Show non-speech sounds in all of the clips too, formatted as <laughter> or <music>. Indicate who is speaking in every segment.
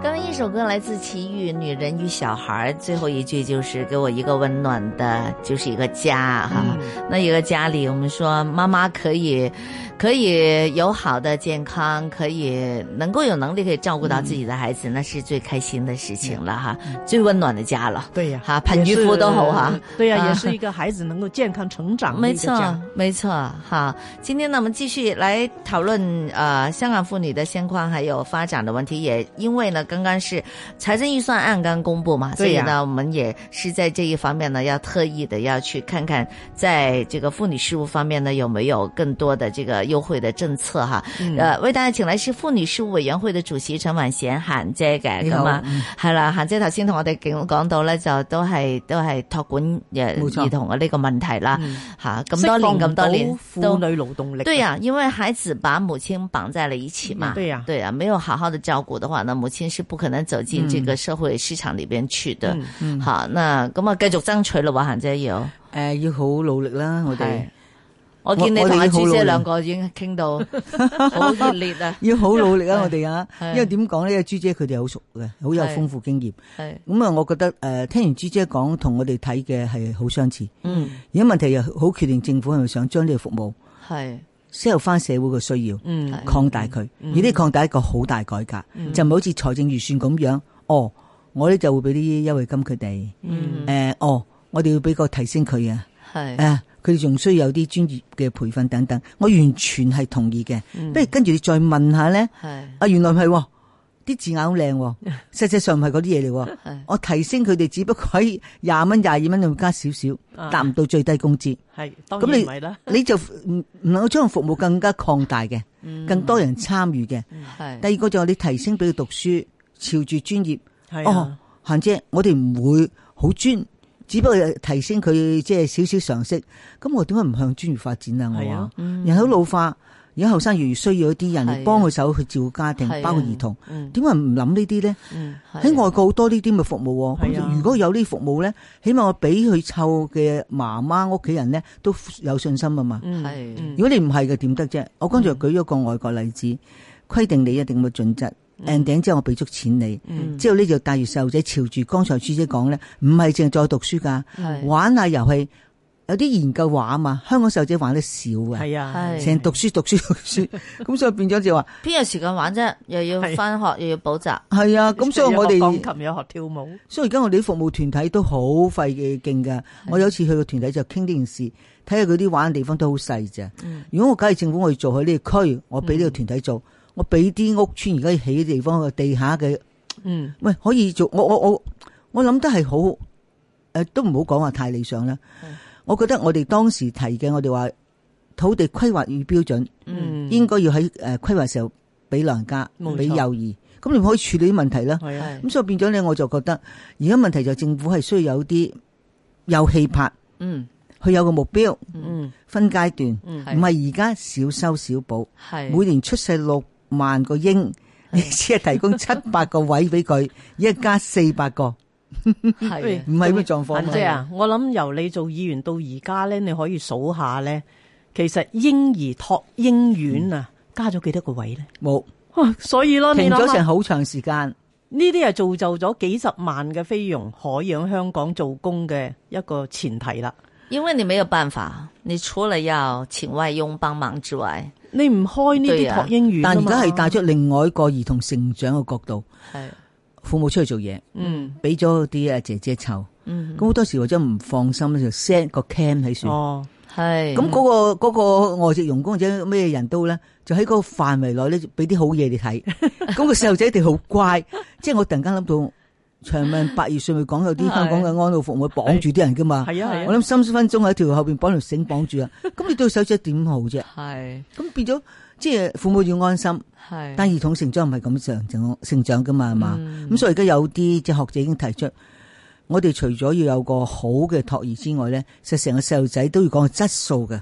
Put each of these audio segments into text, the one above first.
Speaker 1: 刚刚一首歌来自齐豫，《女人与小孩》，最后一句就是给我一个温暖的，就是一个家哈、那一个家里，我们说妈妈可以，可以有好的健康，可以能够有能力可以照顾到自己的孩子，那是最开心的事情了哈，最温暖的家了。
Speaker 2: 对呀、
Speaker 1: 哈彭于
Speaker 2: 也是
Speaker 1: 夫都好哈
Speaker 2: 对呀、
Speaker 1: 啊
Speaker 2: 也是一个孩子能够健康成长的
Speaker 1: 没
Speaker 2: 一个
Speaker 1: 错
Speaker 2: 家。，
Speaker 1: 没错。好，今天呢，我们继续来讨论呃香港妇女的现况还有发展的问题。也因为呢，刚刚是财政预算案刚公布嘛，所
Speaker 2: 对
Speaker 1: 以
Speaker 2: 呀
Speaker 1: 呢，我们也是在这一方面呢，要特意的要去看看，在这个妇女事务方面呢，有没有更多的这个优惠的政策哈。
Speaker 2: 嗯
Speaker 1: 呃，为大家请来是妇女事务委員會嘅主席陳雲嫻嫻姐嘅
Speaker 3: 你
Speaker 1: 咁
Speaker 3: 好
Speaker 1: 啊，係啦，嫻姐頭先同我哋講講到咧，就都係都係托管誒
Speaker 3: 冇錯
Speaker 1: 兒童嘅呢個問題啦
Speaker 2: 嗯，
Speaker 1: 嚇咁多年咁多年
Speaker 2: 释放
Speaker 1: 都
Speaker 2: 唔到婦女勞動力。啊
Speaker 1: 对呀、因为孩子把母亲绑在了一起嘛。
Speaker 2: 嗯对呀
Speaker 1: 对呀、没有好好的照顾的话，那母亲是不可能走进这个社会市场里边去的。
Speaker 2: 嗯
Speaker 1: 好，那咁啊，繼續爭取咯喎，嫻姐要。
Speaker 3: 诶、呃要好努力啦，我
Speaker 1: 係
Speaker 3: 哋
Speaker 1: 我見你
Speaker 3: 我
Speaker 1: 同阿
Speaker 3: 我哋好
Speaker 1: 朱
Speaker 3: 努
Speaker 1: 姐
Speaker 3: 力
Speaker 1: 兩個已經傾到好熱烈啊，
Speaker 3: 要好努力啊，我哋啊，
Speaker 1: 係
Speaker 3: 因為點講咧，朱姐佢哋好熟嘅，好有
Speaker 1: 係
Speaker 3: 豐富經驗。
Speaker 1: 係
Speaker 3: 咁啊，我覺得诶、誒聽完朱姐講，同我哋睇嘅係好相似。
Speaker 1: 嗯
Speaker 3: 而家問題又好決定政府係咪想將呢個服務
Speaker 1: 係
Speaker 3: 適合翻社會嘅需要，
Speaker 2: 嗯
Speaker 1: 係
Speaker 3: 擴大佢，而呢擴大一個好大改革，
Speaker 1: 嗯
Speaker 3: 就唔好似財政預算咁樣。哦，我咧就會俾啲優惠金佢哋。
Speaker 1: 嗯
Speaker 3: 诶、哦，我哋要俾個提升佢啊。
Speaker 1: 係
Speaker 3: 啊，佢哋仲需要有啲專業嘅培訓等等，我完全係同意嘅。
Speaker 2: 嗯
Speaker 3: 不如跟住你再問下咧，
Speaker 1: 係
Speaker 3: 啊，原來唔係喎，啲字眼好靚喎，實際上唔係嗰啲嘢嚟喎。
Speaker 1: 係
Speaker 3: 我提升佢哋，只不過喺廿蚊、廿二蚊度加少少，
Speaker 2: 啊
Speaker 3: 達唔到最低工資。
Speaker 2: 係當
Speaker 3: 咁
Speaker 2: 然
Speaker 3: 你
Speaker 2: 唔係啦。
Speaker 3: 你就唔唔能夠將服務更加擴大嘅，
Speaker 2: 嗯
Speaker 3: 更多人參與嘅。
Speaker 1: 係
Speaker 3: 第二個就係你提升俾佢讀書，朝住專業。
Speaker 2: 係
Speaker 3: 哦
Speaker 2: 啊，，
Speaker 3: 嫻姐，我哋唔會好專，只不過提升佢即係少少常識。咁我點解唔向專業發展啊？
Speaker 2: 係
Speaker 3: 我
Speaker 2: 啊
Speaker 3: 話
Speaker 1: 嗯
Speaker 3: 人口老化，而家後生越嚟越需要一啲人
Speaker 1: 係啊
Speaker 3: 嚟幫佢手去照顧家庭
Speaker 1: 係啊，
Speaker 3: 包括兒童。
Speaker 1: 嗯
Speaker 3: 點解唔諗呢啲咧？
Speaker 1: 嗯係
Speaker 3: 喺外國好多呢啲咁嘅服務喎。
Speaker 2: 係啊
Speaker 3: 咁如果有呢啲服務咧，起碼我俾佢湊嘅媽媽屋企人咧都有信心啊嘛。
Speaker 2: 嗯
Speaker 1: 係
Speaker 2: 嗯
Speaker 3: 如果你唔係嘅點得啫？我剛才
Speaker 1: 嗯
Speaker 3: 舉咗個外國例子，規定你一定嘅準則，ending
Speaker 1: 嗯
Speaker 2: 嗯
Speaker 3: 之後我俾足錢你，之後呢就帶住細路仔朝住剛才朱姐講咧，唔係淨係再讀
Speaker 1: 係
Speaker 3: 書㗎，玩下遊戲，有啲研究話啊嘛，香港細路仔玩得少嘅，
Speaker 2: 係啊，
Speaker 1: 係
Speaker 3: 成日讀書讀書讀書，咁所以變咗就話
Speaker 1: 邊有時間玩啫？又要
Speaker 2: 係
Speaker 1: 翻學，又要補習。
Speaker 3: 係啊，咁所以我
Speaker 2: 有學
Speaker 3: 哋，
Speaker 2: 鋼琴有學跳舞，
Speaker 3: 所以而家我哋啲服務團體都好費嘅勁㗎。我有一次去個團體就傾呢件事，睇下佢啲玩嘅地方都好細咋。如果我假如政府我要做喺呢個區，我俾呢個團體做，我俾啲屋村而家起嘅地方個地下嘅。
Speaker 2: 嗯
Speaker 3: 喂，可以做，我我我我諗得係好，誒、都唔好講話太理想啦。我覺得我哋當時提嘅，我哋話土地規劃與標準、
Speaker 2: 嗯，
Speaker 3: 應該要喺呃誒規劃時候俾老人家
Speaker 2: 冇錯、
Speaker 3: 俾幼兒，咁你咪可以處理啲問題啦。
Speaker 2: 係啊，
Speaker 3: 咁所以變咗咧，我就覺得而家問題就係政府係需要有啲有氣魄，
Speaker 1: 嗯，
Speaker 3: 佢有個目標，
Speaker 2: 嗯
Speaker 3: 分階段，
Speaker 1: 係
Speaker 3: 唔係而家少收少補，
Speaker 1: 係
Speaker 3: 每年出世六萬個嬰。你 <laughs> 只係提供七百個位
Speaker 2: <laughs>
Speaker 3: 俾佢，而家加四百個。
Speaker 1: 係
Speaker 3: 唔係咩狀況
Speaker 2: 嫻姐啊，我諗由你做議員到而家咧，你可以數下咧，其實嬰兒托嬰院啊，加咗幾多個位咧？
Speaker 3: 冇
Speaker 2: 哇所以咯，你
Speaker 3: 停
Speaker 2: 諗
Speaker 3: 咗
Speaker 2: 下
Speaker 3: 成好長時間，
Speaker 2: 呢啲係造就咗幾十萬嘅菲佣可以喺香港做工嘅一個前提啦。
Speaker 1: 因为你没有办法，你除了要请外佣帮忙之外，
Speaker 2: 你唔開呢
Speaker 1: 對
Speaker 2: 啲
Speaker 1: 啊
Speaker 2: 托嬰院啊
Speaker 3: 但而
Speaker 2: 嘛，
Speaker 3: 家係帶出另外一個兒童成長嘅角度，
Speaker 1: 系
Speaker 3: 父母出去做嘢，
Speaker 2: 嗯
Speaker 3: 俾咗啲誒姐姐湊，
Speaker 1: 嗯
Speaker 3: 咁好多時或者唔放心咧，就 set 個 cam 喺度。
Speaker 2: 哦
Speaker 1: 系
Speaker 3: 咁
Speaker 1: 咁
Speaker 3: 嗰、個嗰、個外籍傭工或者咩人都咧，就喺嗰個範圍內咧，就俾啲好嘢
Speaker 2: <laughs>
Speaker 3: 你睇。咁個細路仔一定好乖，即係我突然間諗到長命百二歲，咪講
Speaker 2: <laughs>
Speaker 3: 有啲香港嘅安老服務綁住啲人噶嘛。
Speaker 2: 係啊係啊
Speaker 3: 我諗三十分鐘喺條後邊綁條繩綁住啊，咁你對手仔點好啫？
Speaker 2: 啊
Speaker 1: 系
Speaker 3: 咁變咗即係父母要安心，
Speaker 1: 系
Speaker 3: 但兒童
Speaker 2: 嗯
Speaker 3: 成長唔係咁成長成長噶嘛，係嘛？咁所以而家有啲即係學者已經提出，我哋除咗要有個好嘅托兒之外咧，其實成個細路仔都要講質素嘅。
Speaker 1: 係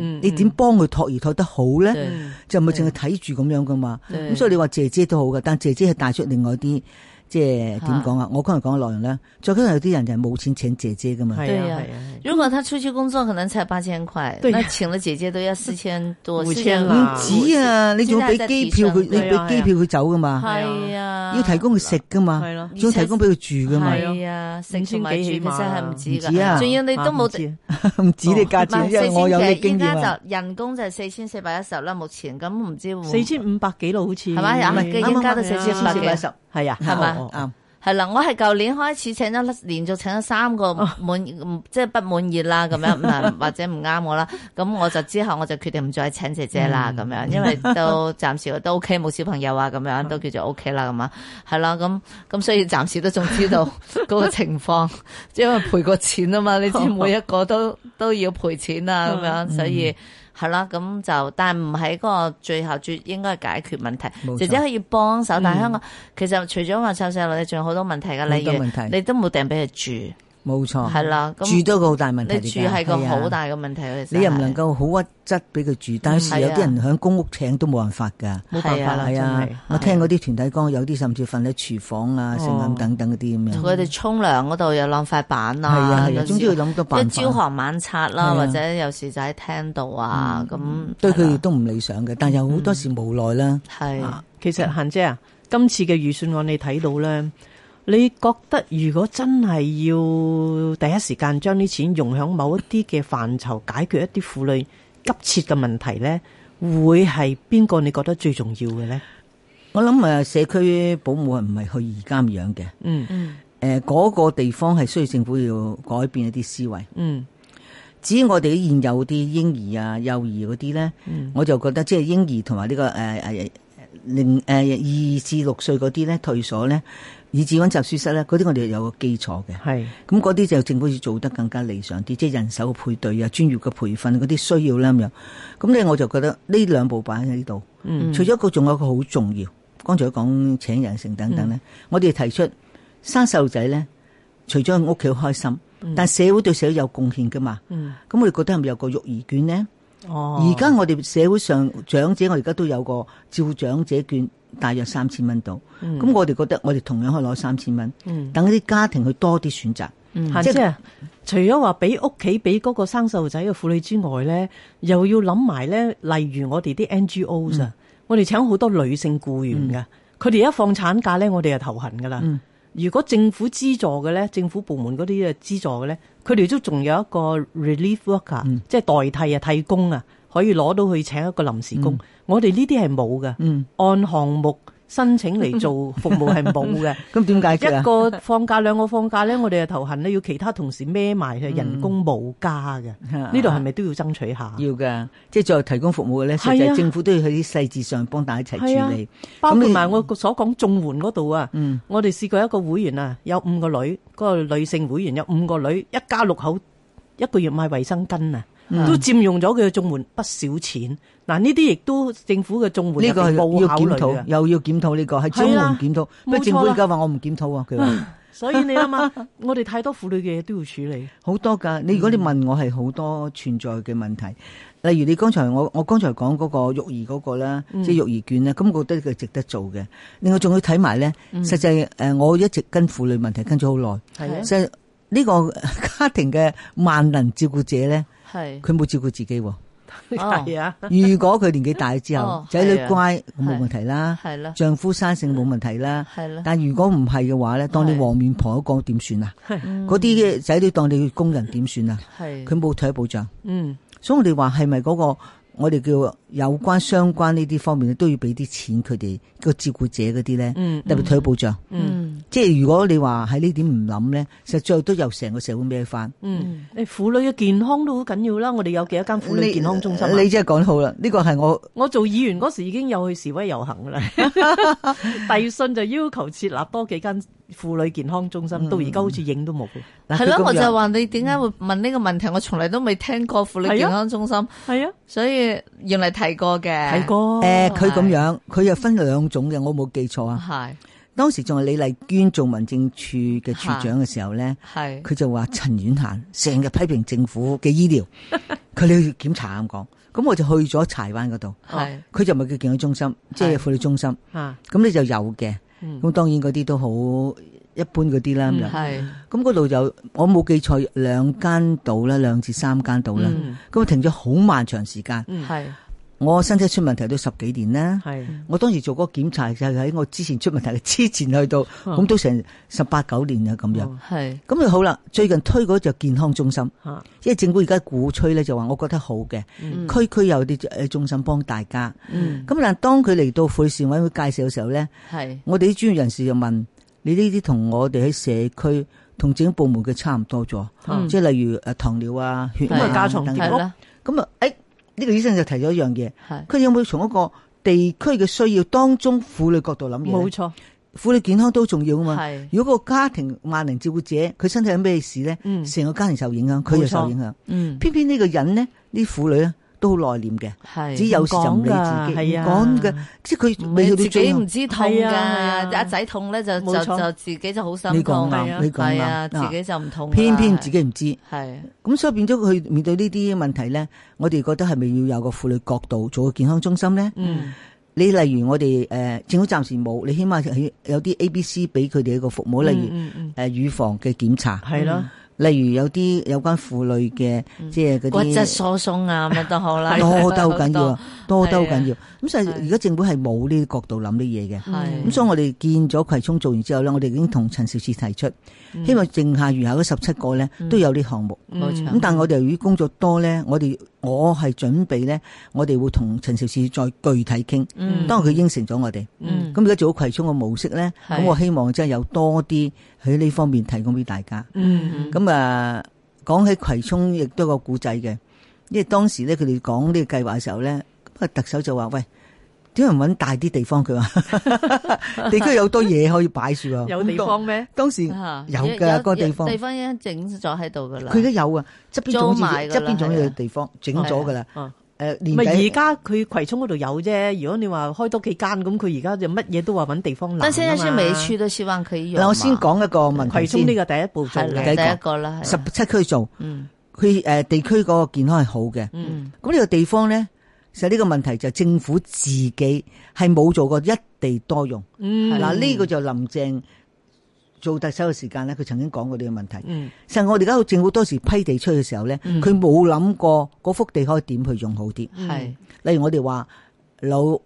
Speaker 2: 嗯
Speaker 3: 你點幫佢托兒托得好咧？
Speaker 1: 對
Speaker 3: 就唔係淨係睇住咁樣噶嘛。
Speaker 1: 對
Speaker 3: 咁所以你話姐姐都好嘅，但姐姐係帶出另外啲即係點
Speaker 1: 嚇
Speaker 3: 講啊？我剛才講嘅內容咧，再加上有啲人就係冇錢請姐姐噶嘛。
Speaker 2: 係
Speaker 1: 對
Speaker 2: 啊
Speaker 1: 啊
Speaker 2: 係啊，
Speaker 1: 如果他出去工作可能才八千塊，
Speaker 2: 对呀
Speaker 1: 那请了姐姐都要四千多，
Speaker 2: 五
Speaker 1: 四
Speaker 2: 千
Speaker 1: 千五
Speaker 2: 啦唔
Speaker 3: 止啊！你仲要俾機票佢，你俾
Speaker 2: 係啊
Speaker 3: 機票佢走噶嘛？
Speaker 1: 係啊，
Speaker 3: 要提供佢食噶嘛
Speaker 2: 係咯？
Speaker 3: 仲要提供俾佢住噶嘛？
Speaker 1: 係啊，食同埋住嘅真係唔止
Speaker 3: 唔止啊
Speaker 1: 㗎，仲要你都冇
Speaker 2: 唔。知
Speaker 3: 唔止你價
Speaker 1: 哦唔係
Speaker 3: 錢，因為我有
Speaker 1: 四
Speaker 3: 啲
Speaker 1: 千
Speaker 3: 經
Speaker 1: 幾，依
Speaker 3: 驗啊
Speaker 1: 家。就人工就係四千四百一十啦，目前咁唔知會
Speaker 2: 四千五百幾咯，好似係
Speaker 1: 係咪啊
Speaker 3: 唔係
Speaker 1: 應該都
Speaker 2: 啱啱
Speaker 1: 四千五百幾
Speaker 3: 四
Speaker 2: 係啊，
Speaker 1: 係嘛
Speaker 2: 哦哦
Speaker 3: 啱。
Speaker 1: 係啦，我係舊年開始請咗連續請咗三個滿，唔即係不滿意啦，咁樣唔係或者唔啱我啦，咁我就之後我就決定唔再請姐姐啦，咁樣，因為都暫時都 OK，冇小朋友啊，咁樣都叫做 OK 啦，咁啊，係啦，咁咁所以暫時都仲知道嗰個情況，因為賠過錢啊嘛，你知每一個都都要賠錢啊，咁樣，所以。係啦，咁就但唔喺個最後最應該係解決問題
Speaker 3: 冇，錯嗯
Speaker 1: 姐姐可以幫手，但係香港其實除咗話湊細路，你仲有好多問題㗎，
Speaker 3: 好
Speaker 1: 例
Speaker 3: 多
Speaker 1: 如
Speaker 3: 問題
Speaker 1: 你都冇訂俾佢
Speaker 3: 冇
Speaker 1: 住，
Speaker 3: 錯，
Speaker 1: 係啦，
Speaker 3: 住
Speaker 1: 咁
Speaker 3: 都個好大問題
Speaker 1: 你
Speaker 3: 嚟㗎。
Speaker 1: 住係個
Speaker 3: 係啊
Speaker 1: 好，大嘅問題嗯嚟，
Speaker 3: 你又唔能夠好屈質俾佢住，但有
Speaker 1: 啊
Speaker 3: 時有啲人喺公屋請都冇辦法㗎。
Speaker 2: 冇辦法啦，
Speaker 3: 係
Speaker 2: 真
Speaker 3: 啊
Speaker 2: 係，
Speaker 3: 我聽嗰啲團體講，有啲甚至瞓喺廚房啊、
Speaker 2: 哦
Speaker 3: 成咁等等嗰啲咁樣。
Speaker 1: 佢哋沖涼嗰度又晾塊板
Speaker 3: 嗯係啊
Speaker 1: 啊，
Speaker 3: 係啊，總之要諗到
Speaker 1: 一
Speaker 3: 辦
Speaker 1: 朝
Speaker 3: 法。
Speaker 1: 行晚刷
Speaker 3: 係
Speaker 1: 啦，
Speaker 3: 啊嗯
Speaker 1: 或者有時就喺廳度啊，咁
Speaker 3: 對佢
Speaker 1: 係啦
Speaker 3: 亦
Speaker 1: 嗯
Speaker 3: 都唔理想嘅，但有好多時無奈啦。
Speaker 1: 係
Speaker 2: 啊其實嫻姐啊，今次嘅預算案你睇到咧，你覺得如果真係要第一時間將啲錢用喺某一啲嘅範疇，解決一啲婦女急切嘅問題咧，會係邊個你覺得最重要嘅咧？
Speaker 3: 我諗誒，社區保姆係唔係去而家咁樣嘅？
Speaker 2: 嗯
Speaker 1: 嗯
Speaker 3: 誒，嗰個地方係需要政府要改變一啲思維。
Speaker 2: 嗯
Speaker 3: 至於我哋啲現有啲嬰兒啊、幼兒嗰啲咧，我就覺得即係嬰兒同埋呢個誒誒零誒二至六歲嗰啲咧退所咧，以至温習書室咧，嗰啲我哋有個基礎嘅。
Speaker 2: 係
Speaker 3: 咁嗰啲就政府要做得更加理想啲，即係人手嘅配對啊、專業嘅培訓嗰啲需要啦咁樣。咁咧我就覺得呢兩步擺喺呢度，
Speaker 2: 嗯
Speaker 3: 除咗一個仲有一個好重要，剛才講請人成等等咧，我哋提出生細路仔咧，除咗喺屋企好開心，但社會對社會有貢獻噶嘛。
Speaker 2: 嗯
Speaker 3: 咁我哋覺得係咪有個育兒券咧？
Speaker 2: 哦
Speaker 3: 而家我哋社會上長者，我而家都有個照長者券，大約三千蚊度。
Speaker 2: 嗯
Speaker 3: 咁、我哋覺得我哋同樣可以攞三千蚊，等啲家庭去多啲選擇。
Speaker 2: 嫻
Speaker 3: 即係
Speaker 2: 姐啊，除咗話俾屋企俾嗰個生細路仔嘅婦女之外咧，又要諗埋咧，例如我哋啲 NGOs
Speaker 3: 嗯
Speaker 2: 啊，我哋請好多女性僱員嘅，佢哋一放產假咧，我哋就頭痕噶啦。
Speaker 3: 嗯
Speaker 2: 如果政府資助嘅咧，政府部門嗰啲嘅資助嘅咧，佢哋都仲有一個 relief worker，、即
Speaker 3: 嗯
Speaker 2: 係代替啊、替工啊，可以攞到去請一個臨時工。
Speaker 3: 嗯
Speaker 2: 我哋呢啲係冇嘅，按項目申請嚟做服務係冇嘅。
Speaker 3: <laughs> 咁點解決
Speaker 2: 一
Speaker 3: 啊？
Speaker 2: 個放假兩個放假咧，我哋就頭痕咧，要其他同事孭埋去人工冇加 <laughs> 嘅，呢度係咪都嗯要爭取下？
Speaker 3: 要㗎，即係作為提供服務嘅咧，實
Speaker 2: 係啊
Speaker 3: 際政府都要喺啲細節上幫大家一齊
Speaker 2: 係啊
Speaker 3: 處理。
Speaker 2: 包括
Speaker 3: 咁你
Speaker 2: 埋我所講綜援嗰度啊，我哋試過一個會員啊，有五個女，嗰、個女性會員有五個女，一家六口一個月買衛生巾啊，都佔用咗佢嘅綜援不少錢。嗱，呢啲亦都政府嘅綜援
Speaker 3: 呢
Speaker 2: 入
Speaker 3: 個
Speaker 2: 邊
Speaker 3: 係
Speaker 2: 冇
Speaker 3: 要
Speaker 2: 考
Speaker 3: 檢
Speaker 2: 慮啊
Speaker 3: 討，
Speaker 2: 嘅，
Speaker 3: 又要檢討呢個係中
Speaker 2: 係啊
Speaker 3: 唔檢討。不
Speaker 2: 冇錯
Speaker 3: 過
Speaker 2: 啦
Speaker 3: 政府而家話我唔檢討啊，佢話
Speaker 2: 所以你諗下，我哋太多婦女嘅嘢都要處理。
Speaker 3: 好多㗎。你如果你
Speaker 1: 嗯
Speaker 3: 問我係好多存在嘅問題，例如你剛才我我剛才講嗰個育兒嗰個啦，
Speaker 1: 嗯
Speaker 3: 即係育兒券啦，咁我覺得佢值得做嘅。另外仲要睇埋咧，
Speaker 1: 嗯
Speaker 3: 實際誒我一直跟婦女問題跟咗好耐，
Speaker 1: 係啊
Speaker 3: 實際呢個 <laughs> 家庭嘅萬能照顧者咧，
Speaker 1: 係
Speaker 3: 佢冇照顧自己喎。
Speaker 1: 哦
Speaker 2: <laughs> 係啊，
Speaker 3: 如果佢年紀大之後
Speaker 1: <laughs> 哦，
Speaker 3: 仔女
Speaker 1: 係啊
Speaker 3: 乖咁冇問題啦，
Speaker 1: 係啦
Speaker 3: 丈夫生性冇問題啦。
Speaker 1: 係啦，
Speaker 3: 但如果唔係嘅話咧，當你
Speaker 1: 係
Speaker 3: 黃面婆一講點算啊？嗰啲嘅仔女當你工人點算啊？
Speaker 1: 係
Speaker 3: 佢冇退休保障，
Speaker 2: 嗯
Speaker 3: 所以我哋話係咪嗰個我哋叫有關相關呢啲方面都要俾啲錢佢哋個照顧者嗰啲咧，
Speaker 2: 嗯
Speaker 3: 特別退休保障。
Speaker 1: 嗯
Speaker 3: 即係如果你話喺呢點唔諗咧，實在都由成個社會孭翻。
Speaker 2: 嗯，誒婦女嘅健康都好緊要啦。我哋有幾多間婦女健康中心啊？
Speaker 3: 你真係講得好啦，呢個係我
Speaker 2: 我做議員嗰時已經有去示威遊行㗎 <laughs> 啦，遞信就要求設立多幾間婦女健康中心，到而家好似影都冇。
Speaker 3: 嗱
Speaker 1: 係咯，
Speaker 3: 佢咁
Speaker 1: 我
Speaker 3: 樣
Speaker 1: 就哦話你點解會問呢個問題？我從嚟都未聽過婦女健康中心，
Speaker 2: 係啊，
Speaker 1: 所以原嚟提過嘅，
Speaker 2: 睇過
Speaker 3: 誒，佢咁樣，佢又分兩種嘅，我冇記錯啊。
Speaker 1: 係
Speaker 3: 當時仲係李麗娟做民政處嘅處長嘅時候咧，
Speaker 1: 係
Speaker 3: 佢就話陳婉嫻成日批評政府嘅醫療，
Speaker 2: <laughs>
Speaker 3: 佢哋去檢查咁講。咁我就去咗柴灣嗰度，
Speaker 1: 係
Speaker 3: 佢就唔係叫健康中心，即係婦女中心。
Speaker 2: 吓，
Speaker 3: 咁你就有嘅，
Speaker 2: 嗯
Speaker 3: 咁當然嗰啲都好一般嗰啲啦咁樣。
Speaker 1: 係
Speaker 3: 咁嗰度有我冇記錯兩間到啦，兩至三間到啦。
Speaker 2: 嗯
Speaker 3: 咁、啊停咗好漫長時間，
Speaker 2: 嗯
Speaker 1: 係
Speaker 3: 我身體出問題都十幾年啦。
Speaker 2: 系
Speaker 3: 我當時做嗰個檢查就係喺我之前出問題嘅之前去到，
Speaker 2: 嗯
Speaker 3: 咁都成十八九年啦咁樣。
Speaker 2: 哦
Speaker 1: 係
Speaker 3: 咁就好啦，最近推嗰就健康中心，
Speaker 2: 吓，
Speaker 3: 因為政府而家鼓吹咧就話，我覺得好嘅，
Speaker 1: 嗯
Speaker 3: 區區有啲誒中心幫大家。
Speaker 1: 嗯
Speaker 3: 咁但係當佢嚟到婦事委會介紹嘅時候咧。
Speaker 1: 係
Speaker 3: 我哋啲專業人士就問：你呢啲同我哋喺社區同政府部門嘅差唔多咗，
Speaker 1: 嗯
Speaker 3: 即係例如誒糖尿啊、血
Speaker 1: 咁
Speaker 3: 壓
Speaker 1: 啊
Speaker 2: 加
Speaker 3: 啊
Speaker 2: 重
Speaker 3: 等
Speaker 2: 啲
Speaker 1: 係
Speaker 3: 等。
Speaker 1: 啦
Speaker 3: 咁啊，誒呢個醫生就提咗一樣嘢，
Speaker 1: 係
Speaker 3: 佢有冇從一個地區嘅需要當中婦女角度諗嘢
Speaker 2: 冇
Speaker 3: 呢？
Speaker 2: 錯，
Speaker 3: 婦女健康都重要啊嘛。
Speaker 1: 係
Speaker 3: 如果個家庭萬能照顧者佢身體有咩事咧，
Speaker 2: 嗯
Speaker 3: 成個家庭受影響，佢
Speaker 2: 冇
Speaker 3: 又
Speaker 2: 錯
Speaker 3: 受影響。
Speaker 1: 嗯
Speaker 3: 偏偏呢個人呢，呢啲婦女咧都好內斂嘅，
Speaker 1: 係
Speaker 3: 只有時就唔
Speaker 2: 講
Speaker 3: 理自己，
Speaker 2: 㗎係
Speaker 3: 唔
Speaker 2: 啊
Speaker 3: 講嘅，即係佢未
Speaker 1: 你
Speaker 3: 去到
Speaker 1: 自
Speaker 3: 最
Speaker 1: 己
Speaker 3: 後
Speaker 1: 唔知痛
Speaker 2: 係啊係
Speaker 1: 㗎，
Speaker 2: 啊
Speaker 1: 阿仔痛咧就
Speaker 2: 冇
Speaker 1: 就
Speaker 2: 錯
Speaker 1: 就自己就好心
Speaker 3: 你
Speaker 1: 痛
Speaker 3: 講，
Speaker 2: 係啊
Speaker 3: 啱，你講
Speaker 1: 係啊，
Speaker 3: 啱，
Speaker 1: 自己就唔痛㗎啦，
Speaker 3: 偏偏自己唔知，
Speaker 1: 係
Speaker 3: 咁所以變咗佢面對呢啲問題咧，我哋覺得係咪要有個婦女角度做個健康中心咧？
Speaker 2: 嗯
Speaker 3: 你例如我哋誒、呃政府暫時冇，你起碼係呃有啲 A、B、C 俾佢哋一個服務，例如
Speaker 2: 嗯嗯
Speaker 3: 誒乳房嘅檢查，嗯
Speaker 2: 係咯，
Speaker 3: 例如有啲有關婦女嘅即係嗰
Speaker 1: 骨質
Speaker 3: 啲
Speaker 1: 疏鬆啊乜都好啦，
Speaker 3: 多得好緊要啊，多得好緊
Speaker 1: 係
Speaker 3: 要。咁所以
Speaker 1: 係
Speaker 3: 而家政府係冇呢個角度諗呢嘢嘅。咁
Speaker 1: 係
Speaker 3: 所以我哋見咗葵涌做完之後咧，我哋已經同陳肇始提出，
Speaker 1: 嗯
Speaker 3: 希望剩下餘下嗰十七個咧都有呢項目。
Speaker 1: 冇錯
Speaker 3: 咁但係我哋由於工作多咧，我哋我係準備咧，我哋會同陳肇始再具體傾。
Speaker 1: 嗯
Speaker 3: 當然佢應承咗我哋。
Speaker 1: 嗯
Speaker 3: 咁而家做咗葵涌嘅模式咧，
Speaker 1: 係
Speaker 3: 咁我希望真係有多啲喺呢方面提供俾大家。
Speaker 2: 嗯
Speaker 3: 咁啊，講起葵涌亦都有個古仔嘅，因為當時咧佢哋講呢個計劃嘅時候咧，咁啊特首就話：喂，點解唔揾大啲地方？佢話地區有好多嘢可以擺住喎。
Speaker 2: <laughs> 有地方咩？
Speaker 3: 當時
Speaker 1: 啊
Speaker 3: 有㗎，嗰個地方
Speaker 1: 地。方已經整咗喺度噶啦，
Speaker 3: 佢而家有啊，側邊仲好似
Speaker 1: 租埋㗎啦
Speaker 3: 側邊仲有地方整咗㗎啦。
Speaker 2: 啊
Speaker 3: 誒年
Speaker 2: 咪而
Speaker 3: 底
Speaker 2: 家佢葵涌嗰度有啫，如果你話開多幾間，咁佢而家就乜嘢都話揾地方難啊嘛。
Speaker 1: 但現在是每區都希望可以有
Speaker 3: 嗱，
Speaker 1: 嘛。
Speaker 3: 我先講一個問題
Speaker 2: 葵涌
Speaker 3: 先
Speaker 2: 呢。個第一步做
Speaker 1: 係啦，
Speaker 3: 第
Speaker 2: 嘅，
Speaker 3: 一個
Speaker 1: 第一個啦，係
Speaker 3: 十
Speaker 1: 啦
Speaker 3: 七區做，
Speaker 1: 嗯
Speaker 3: 佢誒地區嗰個健康係好嘅。
Speaker 2: 嗯
Speaker 3: 咁呢個地方咧，其實呢個問題就政府自己係冇做過一地多用。
Speaker 2: 嗯
Speaker 3: 嗱，呢個就林鄭做特首嘅時間咧，佢曾經講過呢個問題。
Speaker 2: 嗯
Speaker 3: 其實我哋而家政府多時批地出去嘅時候咧，佢冇諗過嗰幅地可以點去用好啲。
Speaker 1: 係
Speaker 3: 例如我哋話老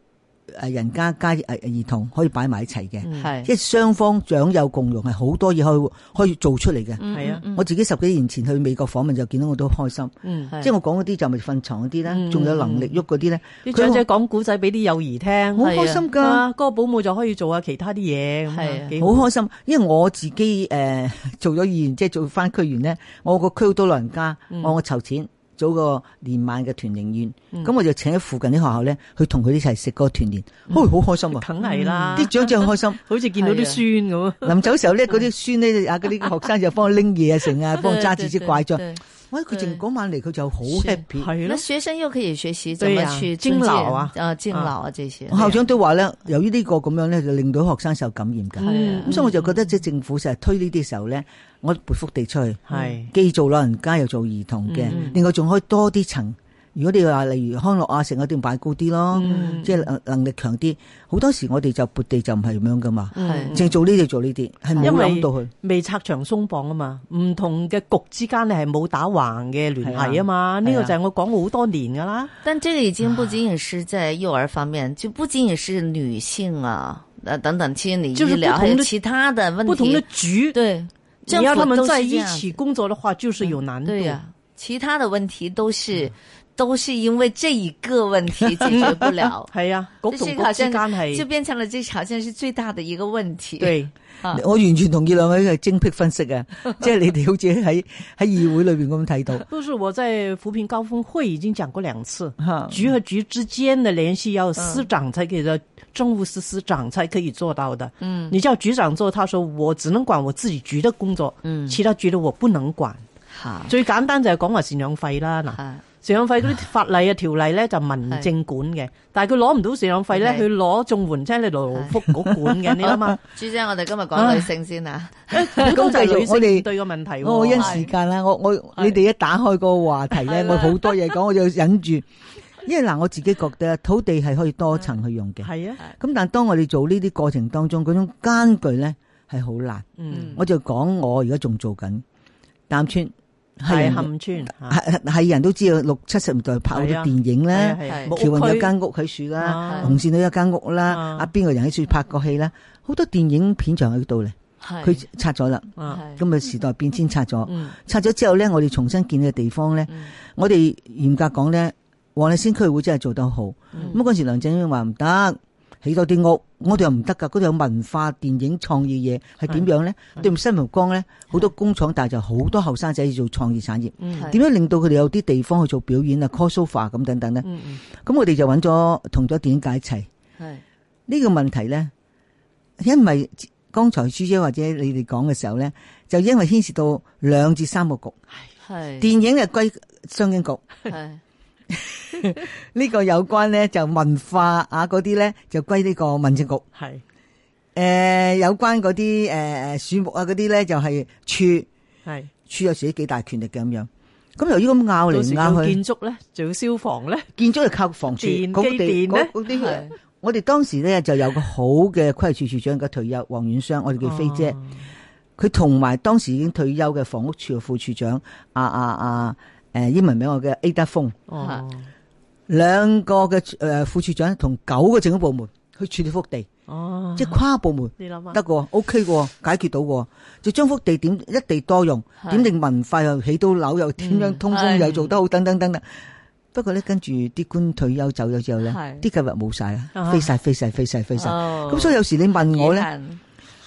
Speaker 3: 誒人家加誒兒童可以擺埋一齊嘅，
Speaker 2: 嗯
Speaker 3: 即
Speaker 1: 係
Speaker 3: 係雙方長幼共融係好多嘢可以可以做出嚟嘅。
Speaker 2: 係啊，
Speaker 3: 我自己十幾年前去美國訪問就見到我都好開心，
Speaker 2: 嗯，
Speaker 3: 即係我講嗰啲就咪瞓床嗰啲啦，
Speaker 2: 嗯
Speaker 3: 仲有能力喐嗰啲咧，
Speaker 2: 啲
Speaker 3: 佢
Speaker 2: 長者講古仔俾啲幼兒聽，
Speaker 3: 好開心㗎。
Speaker 2: 啊，嗰個保姆就可以做下其他啲嘢
Speaker 1: 係
Speaker 2: 咁
Speaker 1: 啊
Speaker 2: 啊幾
Speaker 3: 好開心，因為我自己誒、呃 <laughs> 做咗議員，即係做翻區員咧，我個區好多老人家，
Speaker 2: 嗯
Speaker 3: 我我籌錢做個年晚嘅團年宴，
Speaker 2: 嗯
Speaker 3: 咁、我就請喺附近啲學校咧，去同佢哋一齊食個團年，好好、開心啊！
Speaker 2: 嗯 <laughs> 梗係啦，
Speaker 3: 啲長者
Speaker 2: <laughs>
Speaker 3: 好開心，
Speaker 2: 好似見到啲孫咁啊。
Speaker 3: 臨走時候咧，嗰啲孫咧啊，嗰啲學生就幫佢拎嘢啊，成
Speaker 2: 嗯
Speaker 3: 啊，幫佢揸住支拐杖。
Speaker 1: 對對
Speaker 3: 喂，佢淨嗰晚嚟，佢就好
Speaker 1: 是
Speaker 3: happy。
Speaker 2: 係
Speaker 1: 那
Speaker 2: 咯，
Speaker 1: 學生又可以學習怎
Speaker 2: 對
Speaker 1: 麼
Speaker 2: 呀
Speaker 1: 去
Speaker 2: 敬
Speaker 1: 尊
Speaker 2: 老
Speaker 1: 敬
Speaker 2: 啊哦
Speaker 1: 啊，敬老啊這些。
Speaker 3: 我校長都話咧，由於呢個咁樣咧，就令到學生受感染㗎。
Speaker 2: 嗯
Speaker 1: 係
Speaker 3: 咁所以我就覺得即係政府成日推呢啲時候咧，我撥幅地出去，
Speaker 2: 係
Speaker 3: 既做老人家又做兒童
Speaker 2: 嗯
Speaker 3: 嘅，另外仲可以多啲層。如果你話例如康樂啊，成個店擺高啲咯，
Speaker 2: 嗯
Speaker 3: 即係能能力強啲。好多時我哋就撥地就唔係咁樣噶嘛，
Speaker 1: 係
Speaker 3: 淨做呢啲做呢啲，係冇
Speaker 2: 嗯因
Speaker 3: 諗
Speaker 2: 為
Speaker 3: 到佢。
Speaker 2: 未拆牆鬆綁啊嘛，唔同嘅局之間你係冇打橫嘅聯繫啊嘛，
Speaker 3: 係啊
Speaker 2: 呢個就係我講好多年噶啦。
Speaker 1: 但這個已經不僅僅是在幼兒方面，就不僅僅是女性啊，呃等等心理醫
Speaker 2: 就是不
Speaker 1: 療，
Speaker 2: 同
Speaker 1: 還有
Speaker 2: 的
Speaker 1: 其他的問題。
Speaker 2: 不同的局，
Speaker 1: 對，
Speaker 2: 你要
Speaker 1: 政
Speaker 2: 他
Speaker 1: 府
Speaker 2: 們
Speaker 1: 都
Speaker 2: 在
Speaker 1: 是這
Speaker 2: 一
Speaker 1: 樣
Speaker 2: 起工作嗯的話，就是有難度。，
Speaker 1: 对呀、其他的问题都是都是因为这一个问题解决不了
Speaker 2: 係啊，局
Speaker 1: 这是
Speaker 2: 同局
Speaker 1: 一个好
Speaker 2: 之
Speaker 1: 像
Speaker 2: 間
Speaker 1: 就
Speaker 2: 係
Speaker 1: 变成了这好像是最大的一个问题。，
Speaker 2: 對，
Speaker 1: 啊
Speaker 3: 我完全同意兩位嘅精辟分析
Speaker 2: <laughs>
Speaker 3: 啊！即係你哋好似喺喺議會裏邊咁睇到。
Speaker 2: 都是我在扶貧高峰會已經講過兩次，
Speaker 3: 嚇
Speaker 2: 局和局之間的聯繫要司長才可以的，政務司司長才可以做到的。嗯，你叫局長做，他說我只能管我自己局的工作，嗯，其他局的我不能管。
Speaker 1: <laughs> 好， <laughs>
Speaker 2: 最簡單就係講話贍養費啦，嗱。
Speaker 1: 啊，
Speaker 2: 贍養費嗰啲法例啊條例咧就民政管嘅，但係佢攞唔到贍養費咧，
Speaker 1: OK
Speaker 2: 佢攞綜援即係你勞福局管嘅，你諗下，
Speaker 1: 朱姐，我哋今日講女性先啊，
Speaker 2: 咁就係女
Speaker 3: 我
Speaker 2: 性
Speaker 3: 哋
Speaker 2: 面對嘅問題喎。
Speaker 3: 我因哦時間啦，我我
Speaker 2: 係
Speaker 3: 你哋一打開個話題咧
Speaker 1: 係，啦
Speaker 3: 我好多嘢講，我就忍
Speaker 2: <laughs>
Speaker 3: 住。因為嗱，我自己覺得土地係可以多層去用嘅。
Speaker 2: 係啊，
Speaker 3: 咁但係當我哋做呢啲過程當中，嗰種艱巨咧係好難。
Speaker 2: 嗯，
Speaker 3: 我就講我而家仲做緊淡村，係
Speaker 2: 係
Speaker 3: 人
Speaker 2: 冚村嚇
Speaker 3: 係係人都知道六七十年代拍好多
Speaker 2: 係啊
Speaker 3: 電影
Speaker 2: 係啊
Speaker 3: 啦，
Speaker 2: 係啊
Speaker 1: 係
Speaker 2: 木
Speaker 3: 喬
Speaker 2: 屋
Speaker 3: 運
Speaker 2: 區
Speaker 3: 有間屋喺樹啦，
Speaker 2: 啊
Speaker 3: 紅線都有間屋啦
Speaker 2: 啊，
Speaker 3: 啊邊個人喺樹拍過戲啦，好多電影片場喺度咧，
Speaker 1: 係
Speaker 3: 佢拆咗啦，
Speaker 2: 啊
Speaker 1: 係
Speaker 3: 咁啊時代變遷拆咗。
Speaker 2: 嗯
Speaker 3: 拆咗之後咧，我哋重新建嘅地方咧，
Speaker 1: 嗯
Speaker 3: 我哋嚴格講咧，黃麗仙區會真係做得好。咁嗰陣時梁振英話唔得，起多啲屋，我哋又唔得㗎。嗰度有文化、電影、創意嘢係點樣咧？對唔新蒲江咧，好多工廠，但係就好多後生仔要做創意產業。
Speaker 2: 嗯
Speaker 1: 係
Speaker 3: 點樣令到佢哋有啲地方去做表演啊、crossover 咁等等咧？
Speaker 2: 嗯嗯
Speaker 3: 咁我哋就揾咗同咗電影界一齊。
Speaker 1: 係
Speaker 3: 呢個問題咧，因為剛才朱姐或者你哋講嘅時候咧，就因為牽涉到兩至三個局。
Speaker 1: 係
Speaker 3: 電影就歸商經局，
Speaker 1: 係
Speaker 3: 呢、個有關咧就文化啊嗰啲咧就歸呢個民政局。
Speaker 2: 係
Speaker 3: 诶、有關嗰啲呃诶樹木啊嗰啲咧就係處
Speaker 2: 係。
Speaker 3: 處有自己幾大權力嘅咁樣。咁由於咁拗
Speaker 2: 到
Speaker 3: 嚟
Speaker 2: 時做
Speaker 3: 拗去，
Speaker 2: 建築咧，就要消防咧，
Speaker 3: 建築係靠房署
Speaker 2: 電
Speaker 3: 嗰
Speaker 2: 機
Speaker 3: 地
Speaker 2: 電呢
Speaker 3: 嗰嗰啲
Speaker 1: 係。
Speaker 3: 我哋當時咧就有個好嘅規劃處處長嘅退休黃遠湘，我哋叫飛姐。佢同埋當時已經退休嘅房屋處嘅副處長啊啊啊诶、誒英文名我嘅 A 德峰。
Speaker 2: 哦，
Speaker 3: 兩個嘅誒副處長同九個政府部門去處理幅地，
Speaker 2: 哦，
Speaker 3: 即係跨部門
Speaker 2: 你諗下
Speaker 3: 得，嘅，OK 嘅喎，解決到嘅喎，就將幅地點一地多用，
Speaker 1: 係
Speaker 3: 點令文化又起到樓，又點樣通風
Speaker 1: 係
Speaker 3: 又做得好，等等等等。不過咧，跟住啲官退休走咗之後咧，
Speaker 1: 係
Speaker 3: 啲計劃冇晒啊，
Speaker 2: 啊
Speaker 3: 飛晒飛晒飛晒飛晒。
Speaker 1: 哦
Speaker 3: 咁所以有時你問我咧，
Speaker 1: 呢，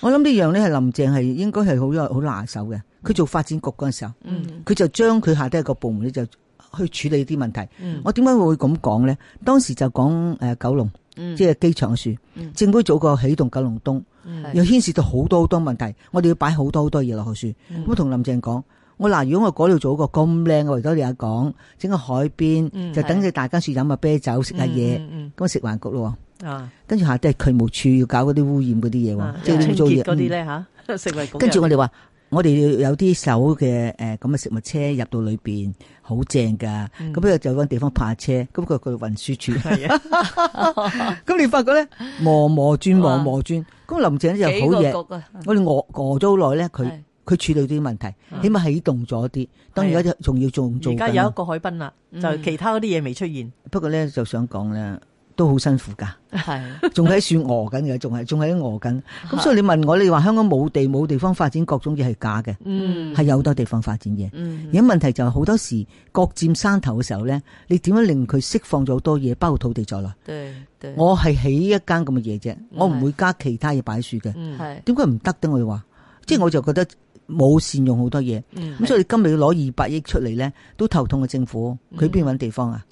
Speaker 3: 我諗呢樣咧係林鄭係應該係好有好拿手嘅。佢做發展局嗰陣時候，
Speaker 1: 嗯
Speaker 3: 佢就將佢下低個部門咧就去處理啲問題。
Speaker 2: 嗯
Speaker 3: 我點解會咁講咧？當時就講誒九龍，
Speaker 1: 嗯
Speaker 3: 即係機場嘅樹
Speaker 1: 嗯，
Speaker 3: 政府做過起動九龍東，
Speaker 1: 係
Speaker 3: 又牽涉到好多好多問題，我哋要擺好多好多嘢落去樹。
Speaker 2: 嗯
Speaker 3: 咁我同林鄭講。我嗱，如果我嗰度做一個咁靚嘅維多利亞港，整個海邊，
Speaker 2: 嗯
Speaker 3: 就等你大家樹飲下啤酒，食
Speaker 2: Ừ,
Speaker 3: 下嘢，
Speaker 2: 嗯
Speaker 3: 咁食環局咯喎。
Speaker 2: 嗯啊，
Speaker 3: 跟住下低係渠務處要搞嗰啲污染嗰啲嘢
Speaker 2: 啊
Speaker 3: 喎，
Speaker 2: 即
Speaker 3: 即係
Speaker 2: 係
Speaker 3: 污
Speaker 2: 清
Speaker 3: 糟
Speaker 2: 潔
Speaker 3: 嘢。
Speaker 2: 嗰啲
Speaker 3: 嗯
Speaker 2: 咧 <laughs> 吓，食為局
Speaker 3: 跟住我哋話，我哋要有啲手嘅誒咁嘅食物車入到裏邊，好正噶。
Speaker 1: 嗯
Speaker 3: 咁佢就揾地方泊車，咁佢佢運輸
Speaker 1: <laughs>
Speaker 3: 處。
Speaker 2: 係啊，
Speaker 3: 咁你發覺咧，磨磨轉
Speaker 1: 哇
Speaker 3: 磨磨轉，咁林鄭咧就
Speaker 1: 幾
Speaker 3: 好
Speaker 1: 個
Speaker 3: 嘢。
Speaker 1: 局啊，
Speaker 3: 我哋餓餓咗好耐咧，佢
Speaker 1: 係啊
Speaker 3: 佢處理啲問題，起碼起動咗啲。當然而家仲要仲做
Speaker 2: 而家有一
Speaker 3: 緊，
Speaker 2: 個海濱啦，就其他嗰啲嘢未出現，
Speaker 3: 不過咧就想講咧，都好辛苦
Speaker 1: <laughs>
Speaker 3: 㗎。
Speaker 1: 係
Speaker 3: 仲喺樹餓緊嘅，仲係仲喺餓緊。咁所以你問我，你話香港冇地冇地方發展各種嘢係假嘅，
Speaker 2: 嗯
Speaker 3: 係有好多地方發展嘢。
Speaker 1: 嗯
Speaker 3: 而家問題就係好多時各佔山頭嘅時候咧，你點樣令佢釋放咗好多嘢，包括土地在內。
Speaker 1: 對對，
Speaker 3: 我係起一間咁嘅嘢啫，我唔會加其他嘢擺樹嘅。
Speaker 2: 嗯
Speaker 1: 係
Speaker 3: 點解唔得咧？我哋話，即係我就覺得冇善用好多嘢。
Speaker 2: 嗯
Speaker 3: 咁所以今日要攞二百億出嚟咧，都頭痛嘅政府，佢邊揾地方啊？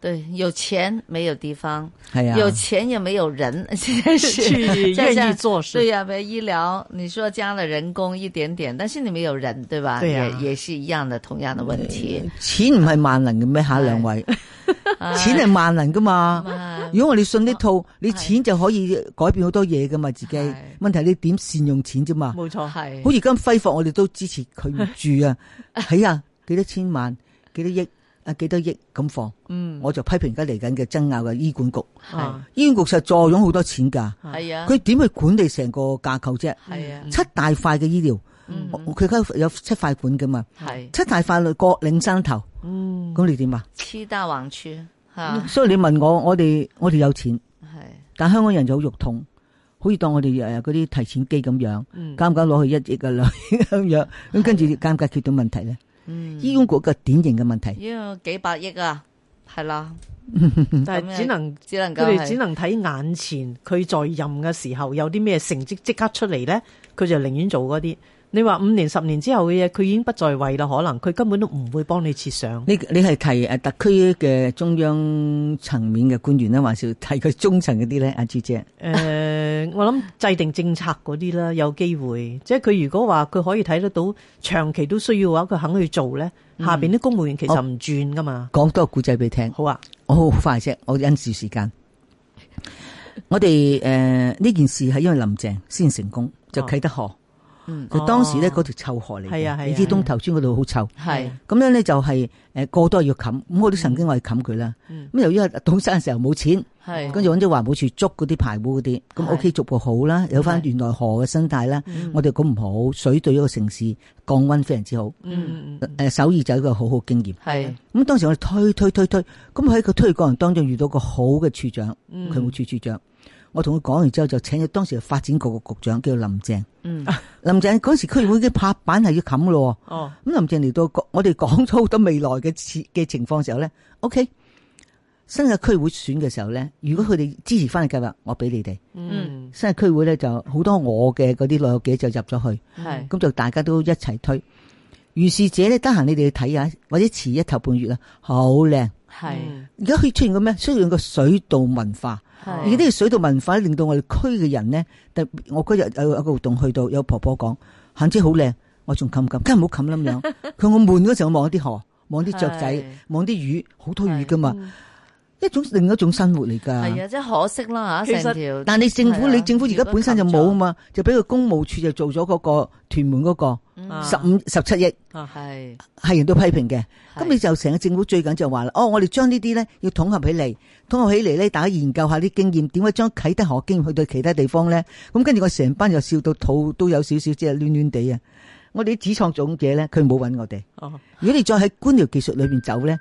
Speaker 1: 對，有錢沒有地方，
Speaker 3: 係啊，
Speaker 1: 有錢也沒有人， <laughs> 現 <laughs> 在
Speaker 2: 去
Speaker 1: 是
Speaker 2: 願意做事
Speaker 1: 对呀、没医疗，你说加了人工一点点，但是你没有人，对吧？
Speaker 2: 对呀
Speaker 1: 也也是一样的，同样的問題。
Speaker 3: 錢唔係萬能嘅咩？下兩位，錢係萬能噶嘛？
Speaker 1: 啊
Speaker 3: 如果我哋信呢套，你錢就可以改變好多嘢噶嘛，自己
Speaker 1: 係
Speaker 3: 問題你點善用錢啫嘛。
Speaker 2: 冇錯，
Speaker 1: 係
Speaker 3: 好似今揮霍，我哋都支持佢唔
Speaker 2: <laughs>
Speaker 3: 住啊，係啊，幾多千萬，幾多億啊，幾多億咁放，
Speaker 2: 嗯，
Speaker 3: 我就批評而家嚟緊嘅爭拗嘅醫管局，
Speaker 2: 啊
Speaker 3: 醫管局實坐擁好多錢㗎，
Speaker 1: 係
Speaker 2: 嗯
Speaker 1: 啊，
Speaker 3: 佢點去管理成個架構啫？
Speaker 1: 係啊，
Speaker 3: 七大塊嘅醫療，
Speaker 1: 嗯
Speaker 3: 我佢而家有七塊管㗎嘛，
Speaker 1: 係
Speaker 3: 七大塊各領山頭，
Speaker 2: Ừ. 嗯啊
Speaker 3: 咁你點啊？
Speaker 1: 七大網區嚇，
Speaker 3: 所以你問我，我哋我哋有錢。
Speaker 1: 係
Speaker 3: 但香港人就好肉痛，好似當我哋呃誒嗰啲提錢機咁樣，
Speaker 2: 嗯
Speaker 3: 敢唔敢攞去一億啊兩億咁樣？咁跟住敢唔敢解決到問題咧？
Speaker 1: 嗯，
Speaker 3: 醫管局嘅典型嘅問題，
Speaker 1: 要幾百億啊，係啦，
Speaker 2: 但係只能。
Speaker 1: 只能夠
Speaker 2: 佢哋只
Speaker 1: 係
Speaker 2: 能睇眼前佢在任嘅時候有啲咩成績即刻出嚟咧，佢就寧願做嗰啲。你話五年十年之後嘅嘢，佢已經不在位啦，可能佢根本都唔會幫你設
Speaker 1: <laughs>
Speaker 2: 想。
Speaker 3: 你你係提誒特區嘅中央層面嘅官員咧，還是提佢中層嗰啲咧？阿朱姐，
Speaker 2: 诶、我諗制定政策嗰啲啦，有機會，即係佢如果話佢可以睇得到長期都需要嘅話，佢肯去做咧，
Speaker 1: 嗯
Speaker 2: 下边啲公務員其實
Speaker 1: 哦
Speaker 2: 唔轉噶嘛。
Speaker 3: 講多個故仔俾你聽。
Speaker 2: 好啊，
Speaker 3: 我好快啫，我因時時間。我哋誒呢件事係因為林鄭先成功，就
Speaker 2: 哦
Speaker 3: 啟德河。
Speaker 1: 嗯
Speaker 3: 就當時咧
Speaker 2: 哦
Speaker 3: 嗰條臭河嚟
Speaker 2: 係啊係啊
Speaker 3: 嘅，你知東頭村嗰度好臭。
Speaker 1: 係
Speaker 3: 咁樣咧就係誒過多要冚，咁我都曾經我係冚佢啦。
Speaker 2: 嗯
Speaker 3: 咁由於倒山嘅時候冇錢，
Speaker 1: 係
Speaker 3: 跟住揾咗環保署捉嗰啲排污嗰啲，
Speaker 1: 係
Speaker 3: 咁 OK 逐步好啦，有翻
Speaker 1: 係
Speaker 3: 原來河嘅生態啦。
Speaker 1: 嗯
Speaker 2: 嗯
Speaker 3: 我哋咁唔好，水對一個城市降温非常之好。
Speaker 2: 嗯，
Speaker 3: 誒首爾就係一個好好經驗。
Speaker 1: 係
Speaker 3: 咁當時我哋推推推推，咁喺個推廣人當中遇到個好嘅處長，
Speaker 2: 嗯
Speaker 3: 佢冇處處長。我同佢講完之後，就請咗當時嘅發展局嘅局長叫林鄭。
Speaker 1: 嗯
Speaker 3: 林鄭嗰時區議會已經拍板係要冚咯喎。
Speaker 2: 哦，
Speaker 3: 咁林鄭嚟到講我哋講咗好多未來嘅事嘅情況時候咧，OK，新嘅區議會選嘅時候咧，如果佢哋支持翻嘅計劃，我俾你哋。
Speaker 2: 嗯，
Speaker 3: 新嘅區議會咧就好多我嘅嗰啲老友記就入咗去。
Speaker 1: 係
Speaker 3: 咁就大家都一齊推。如是者咧，得閒你哋去睇下，或者遲一頭半月啦，啊好靚。
Speaker 1: 係
Speaker 2: 嗯
Speaker 3: 而家佢出現個咩？出現個水道文化。而家呢
Speaker 1: 係
Speaker 3: 個水道文化令到我哋區嘅人咧，特別我嗰日有有一個活動去到，有婆婆講行姐好靚，我仲冚唔冚，梗係唔好冚啦咁樣。佢話我悶嗰時候，我望啲河，望啲雀
Speaker 1: 係
Speaker 3: 仔，望啲魚，好多魚噶嘛，一種另一種生活嚟㗎。
Speaker 1: 係啊，真係可惜啦
Speaker 2: 其
Speaker 1: 嚇，
Speaker 2: 實
Speaker 1: 成條
Speaker 3: 但你政府
Speaker 1: 係啊
Speaker 3: 你政府而家本身就冇啊嘛，就俾個公務處就做咗嗰個屯門嗰個
Speaker 1: 嗯
Speaker 3: 十五十七億。
Speaker 1: 係
Speaker 3: 係人都批評嘅，咁
Speaker 1: 係
Speaker 3: 你就成個政府最緊就話啦，哦，我哋將呢啲咧要統合起嚟，統合起嚟咧，大家研究下啲經驗，點解將啟德河經驗去到其他地方咧？咁跟住我成班又笑到肚都有少少即係攣攣地啊！我哋啲主創總者咧，佢冇揾我哋。
Speaker 2: 哦，
Speaker 3: 如果你再喺官僚技術裏邊走咧，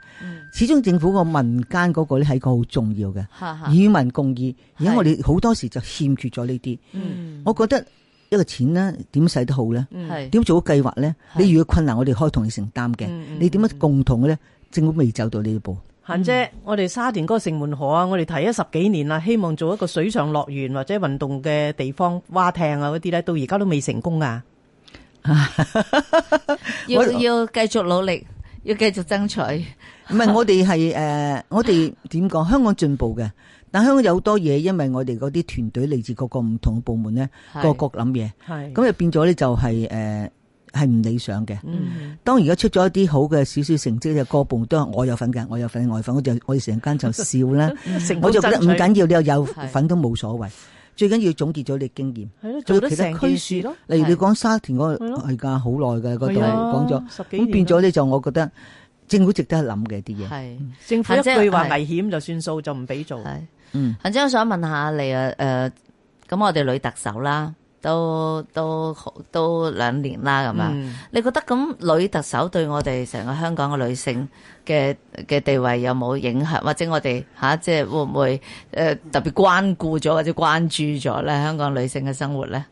Speaker 3: 始終政府個民間嗰個咧係一個好重要嘅，
Speaker 1: 哈哈
Speaker 3: 與民共議。而家
Speaker 1: 係
Speaker 3: 我哋好多時就欠缺咗呢啲，
Speaker 1: 嗯
Speaker 3: 我覺得一個錢咧點使得好咧？
Speaker 1: 係
Speaker 3: 點做好計劃咧？
Speaker 1: 係
Speaker 3: 你遇到困難，我哋可以同你承擔嘅
Speaker 2: 嗯嗯。
Speaker 3: 你點樣共同嘅咧？政府未走到呢一步。
Speaker 2: 嫻姐，我哋沙田嗰個城門河啊，我哋提咗十幾年啦，希望做一個水上樂園或者運動嘅地方，蛙艇啊嗰啲咧，到而家都未成功啊。
Speaker 1: 要
Speaker 3: 我
Speaker 1: 要繼續努力，要繼續爭取。
Speaker 3: 唔係我
Speaker 2: <laughs>
Speaker 3: 哋係誒，我哋點講？香港進步嘅，但香港有好多嘢，因為我哋嗰啲團隊嚟自各個唔同嘅部門咧，
Speaker 1: 係
Speaker 3: 各國諗嘢，
Speaker 2: 係
Speaker 3: 咁就變咗咧就係誒係唔理想嘅。
Speaker 2: 嗯，
Speaker 3: 當而家出咗一啲好嘅少少成績，就各部門都係我有份嘅，我有份，我有份，我就我哋成間就笑
Speaker 2: <laughs>
Speaker 3: 啦。
Speaker 2: 成功
Speaker 3: 我就覺得唔
Speaker 2: 爭取
Speaker 3: 緊要，你又有
Speaker 1: 係
Speaker 3: 份都冇所謂，最緊要總結咗你經驗。
Speaker 2: 係咯，做得
Speaker 3: 其他
Speaker 2: 成
Speaker 3: 區
Speaker 2: 件
Speaker 3: 市
Speaker 2: 事咯。
Speaker 3: 例如你講沙田嗰個
Speaker 2: 係咯
Speaker 3: 係㗎，好耐嘅嗰度
Speaker 2: 係啊
Speaker 3: 講咗，
Speaker 2: 十幾年
Speaker 3: 咁變咗咧就我覺得政府值得諗嘅啲嘢。
Speaker 1: 係
Speaker 2: 政府一
Speaker 1: 嫻姐
Speaker 2: 句話
Speaker 1: 係
Speaker 2: 危險就算數，就唔俾做。
Speaker 1: 係。
Speaker 3: 嗯嗯，
Speaker 1: 行姐，我想問下你啊，誒、咁我哋女特首啦，都都好都兩年啦，咁啊樣，
Speaker 2: 嗯
Speaker 1: 你覺得咁女特首對我哋成個香港嘅女性嘅嘅地位有冇影響，或者我哋嚇、即係會唔會誒、特別關顧咗或者關注咗咧香港女性嘅生活咧？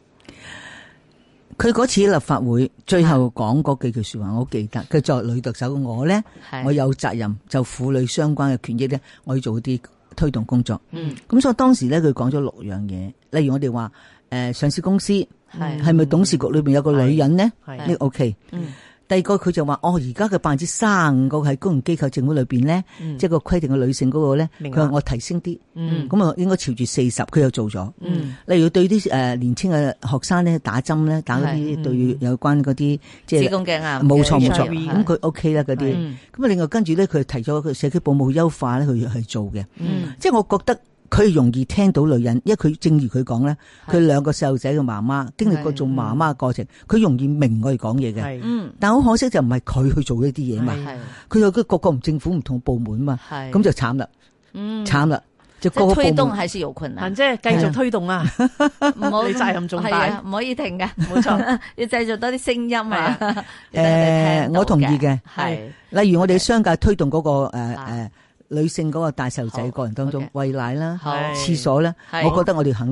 Speaker 3: 佢嗰次立法會最後講嗰幾句説話，我好記得。佢作為女特首，我咧
Speaker 1: 係
Speaker 3: 我有責任就婦女相關嘅權益咧，我要做啲推動工作。
Speaker 1: 嗯
Speaker 3: 咁所以當時咧，佢講咗六樣嘢，例如我哋話誒上市公司
Speaker 1: 係
Speaker 3: 係咪董事局裏邊有個女人咧？
Speaker 2: 係
Speaker 3: 呢個 OK。
Speaker 1: 嗯
Speaker 3: 第二個佢就話：哦，而家嘅百分之三五個喺公營機構政府裏邊咧，即係個規定嘅女性嗰個咧，
Speaker 2: 明
Speaker 3: 佢
Speaker 2: 白
Speaker 3: 話我提升啲，
Speaker 1: 嗯
Speaker 3: 咁啊應該朝住四十，佢又做咗。
Speaker 1: 嗯
Speaker 3: 例如對啲誒年青嘅學生咧打針咧，打嗰
Speaker 2: 係
Speaker 3: 啲對有關嗰啲即
Speaker 1: 嗯子
Speaker 3: 係
Speaker 1: 宮頸癌
Speaker 3: 冇錯
Speaker 1: 嘅
Speaker 3: 冇錯，
Speaker 1: surgery，
Speaker 3: 咁佢 OK 啦嗰啲。
Speaker 1: 嗯
Speaker 3: 咁啊另外跟住咧，佢提咗佢社區保姆優化咧，佢去做嘅。
Speaker 1: 嗯
Speaker 3: 即係我覺得佢容易聽到女人，因為佢正如佢講咧，
Speaker 1: 係
Speaker 3: 佢兩個細路仔嘅媽媽經歷過做媽媽嘅過程，佢容易明我哋講嘢嘅。
Speaker 2: 係
Speaker 1: 嗯
Speaker 3: 但好可惜就唔係佢去做呢啲嘢嘛，
Speaker 2: 係
Speaker 1: 係
Speaker 3: 佢有佢各個唔政府唔同部門嘛，
Speaker 1: 係
Speaker 3: 咁就慘啦，
Speaker 1: 哎嗯
Speaker 3: 慘啦，就
Speaker 1: 即
Speaker 3: 各個
Speaker 1: 係
Speaker 3: 部
Speaker 1: 推動
Speaker 3: 門
Speaker 1: 還是有困難
Speaker 2: 嫻。姐繼續推動啊！
Speaker 1: 唔好
Speaker 2: 你責任仲大
Speaker 1: 係啊唔可以停嘅，
Speaker 2: 冇錯，
Speaker 1: <laughs> 要製造多啲聲音
Speaker 3: <laughs>
Speaker 1: 啊！
Speaker 3: 誒我同意嘅
Speaker 1: 係
Speaker 3: 例如我哋商界推動嗰、個誒、呃
Speaker 1: 啊
Speaker 3: 呃女性嗰個大細路仔過程當中
Speaker 1: 好，OK
Speaker 3: 喂奶啦、
Speaker 1: 好
Speaker 3: 廁所啦，
Speaker 1: 係
Speaker 3: 我覺得我哋肯